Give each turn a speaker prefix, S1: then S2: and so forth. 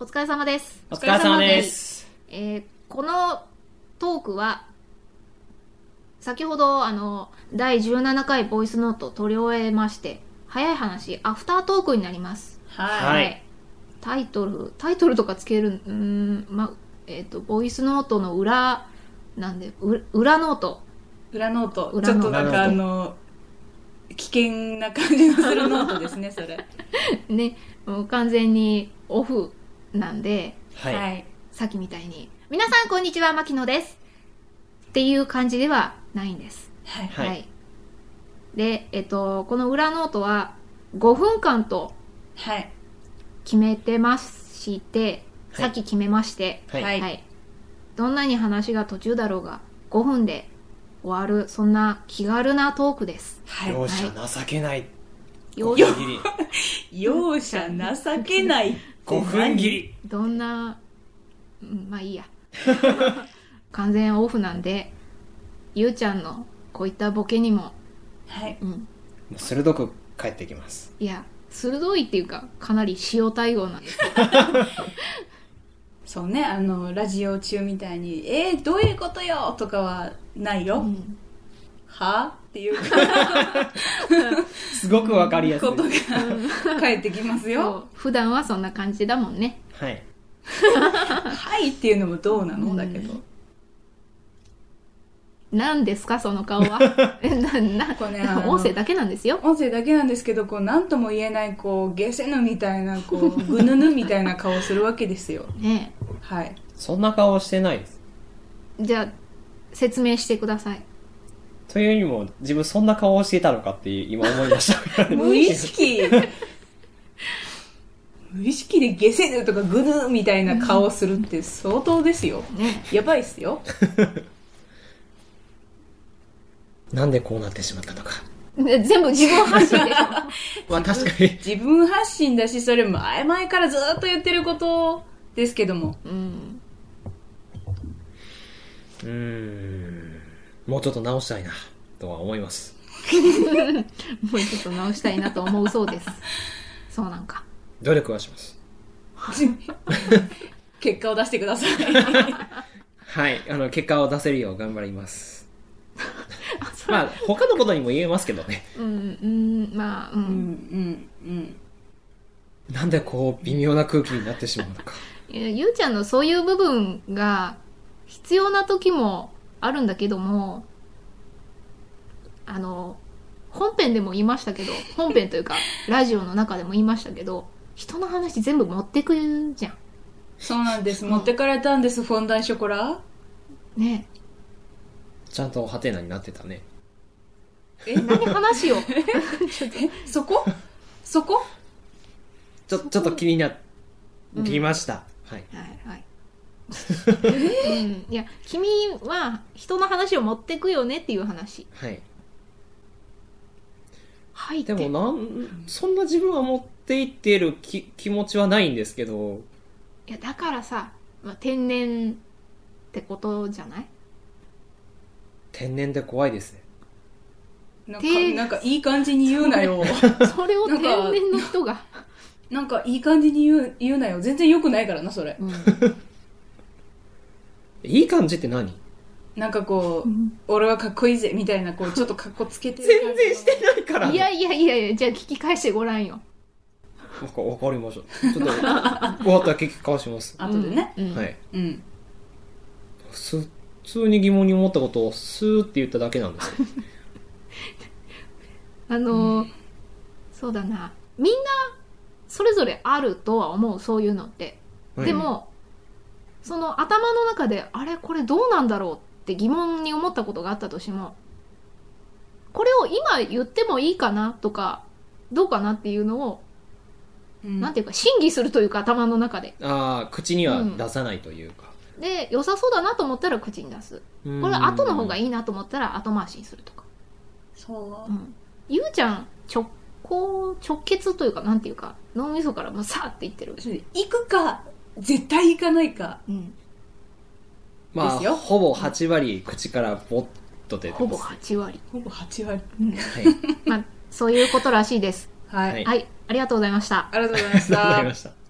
S1: お疲れ様です。
S2: お疲れ様です。
S1: えーこのトークは、先ほど、あの、第17回ボイスノートを取り終えまして、早い話、アフタートークになります。
S2: はい
S1: タイトル、タイトルとかつける、うーん、ま、えっ、と、ボイスノートの裏、なんで、う裏ノート。
S3: 裏ノート
S1: 裏
S3: ちょ
S1: ノート
S3: っとなんかあの危険な感じのするノートですねそれ
S1: ね、もう完全にオフなんで、
S2: はい。
S3: い
S1: さっきみたいに、皆さんこんにちは、牧野です。っていう感じではないんです。
S3: はい
S2: はい
S1: で、えっと、この裏ノートは5分間と
S3: はい
S1: 決めてまして、
S2: はい
S1: さっき決めまして、
S2: はい。
S3: はい
S1: どんなに話が途中だろうが、5分で終わる、そんな気軽なトークです。
S3: はい
S2: 容赦情けない。
S1: よ
S2: 5分切り。
S3: 容赦情けないって
S2: 5分切り。
S1: どんな、うん、まあいいや。完全オフなんで、ゆうちゃんのこういったボケにも、
S3: はい
S1: うん、
S2: もう鋭く帰ってきます。
S1: いや、鋭いっていうか、かなり塩対応なんです。
S3: そうねあのラジオ中みたいに「えー、どういうことよ!」とかはないよ「
S1: うん
S3: は?」っていう
S2: すごくわかりやすい
S3: こ。とが返ってきますよ
S1: そう普段はそんな感じだもんね
S2: はい。
S3: 「はい」っていうのもどうなのだけど
S1: 何ですかその顔はえなな
S3: これねあの
S1: 音声だけなんですよ
S3: 音声だけなんですけどこう何とも言えないこうゲセヌみたいなこうぐぬぬみたいな顔するわけですよ
S1: ね
S3: はい
S2: そんな顔してないです。
S1: えじゃあ説明してください
S2: というよりも、自分そんな顔をしていたのかって今思いました。
S3: 無意識 無意識でゲセヌとかグヌーみたいな顔するって相当ですよ
S1: ね
S3: やばいっすよ
S2: なんでこうなってしまったのか。
S1: えで全部自分発信でしょ
S2: まあ 確かに。
S3: 自分発信だしそれも曖昧からずっと言ってることですけども
S1: うん
S2: うーん。もうちょっと直したいな、とは思います。
S1: もうちょっと直したいなと思うそうですそうなんか
S2: 努力はします。
S3: 結果を出してくださいは
S2: はい。あの、結果を出せるよう頑張ります。ま あ、他のことにも言えますけどね。
S1: うんうんまあう、
S3: いうんんうんうん
S2: なんでこう、微妙な空気になってしまうのか。
S1: えゆうちゃんのそういう部分が必要な時もあるんだけどもあの本編でも言いましたけど本編というかラジオの中でも言いましたけど人の話全部持ってくじゃ
S3: そうなんです持ってかれたんですフォンダンショコ ラ
S1: んね
S2: ちゃんとハテナになってたね。
S3: え
S1: え何話を
S3: えそこそこ
S2: ちょ、ちょっと気になりました。はい。
S1: はいはいうん、いや君は人の話を持ってくよねっていう話
S2: はい。
S1: はいって
S2: でもなん、そんな自分は持っていってる気気持ちはないんですけど、
S1: いやだからさ、まあ、天然ってことじゃない
S2: 天然で怖いですね。
S3: なんか
S1: て
S3: なんかいい感じに言うなよ
S1: それを
S3: なん
S1: 天
S3: か
S1: 然の人が
S3: なんかいい感じに言う言うなよ全然良くないからなそれ
S2: いい感じって何
S3: なんかこう、
S1: うん
S3: 俺はかっこいいぜみたい なこうちょっとかっこつけてる
S2: 全然してないから、
S1: いやいやいやいや、じゃあ聞き返してごらんよ。
S2: わかわかりました。ちょっと、終わったら結果します。
S3: 後でね
S1: うん。うん
S2: はい。
S3: うん
S2: す普通に疑問に思ったことをスーって言っただけなんですよ。
S1: あのー、そうだな。みんな、それぞれあるとは思う、そういうのって。
S2: はい
S1: で、も、その頭の中で、あれ、これどうなんだろうって疑問に思ったことがあったとしても、これを今言ってもいいかなとか、どうかなっていうのを、
S3: うん
S1: なんていうか、審議するというか、頭の中で。
S2: ああ、口には出さないというか。
S1: で、良さそうだなと思ったら口に出す。こ
S2: こ
S1: れ、後の方が
S2: い。
S1: いいなと思ったら後回しにするとか。
S3: そううん
S1: ゆうちゃん直行直結というかなんていうか脳みそからもうさーっていってる、
S3: それで行くか絶対行かないか
S1: うん、
S2: まあ、
S3: ですよ
S2: ほぼ8割口からボッと出てます。
S1: ほぼ8割、
S3: ほぼ8割
S2: はい。
S1: まあ、そういうことらしいです
S3: はい、
S2: はい
S1: はいありがとうございました
S3: ありがとうございまし
S2: わか
S3: た
S2: りました。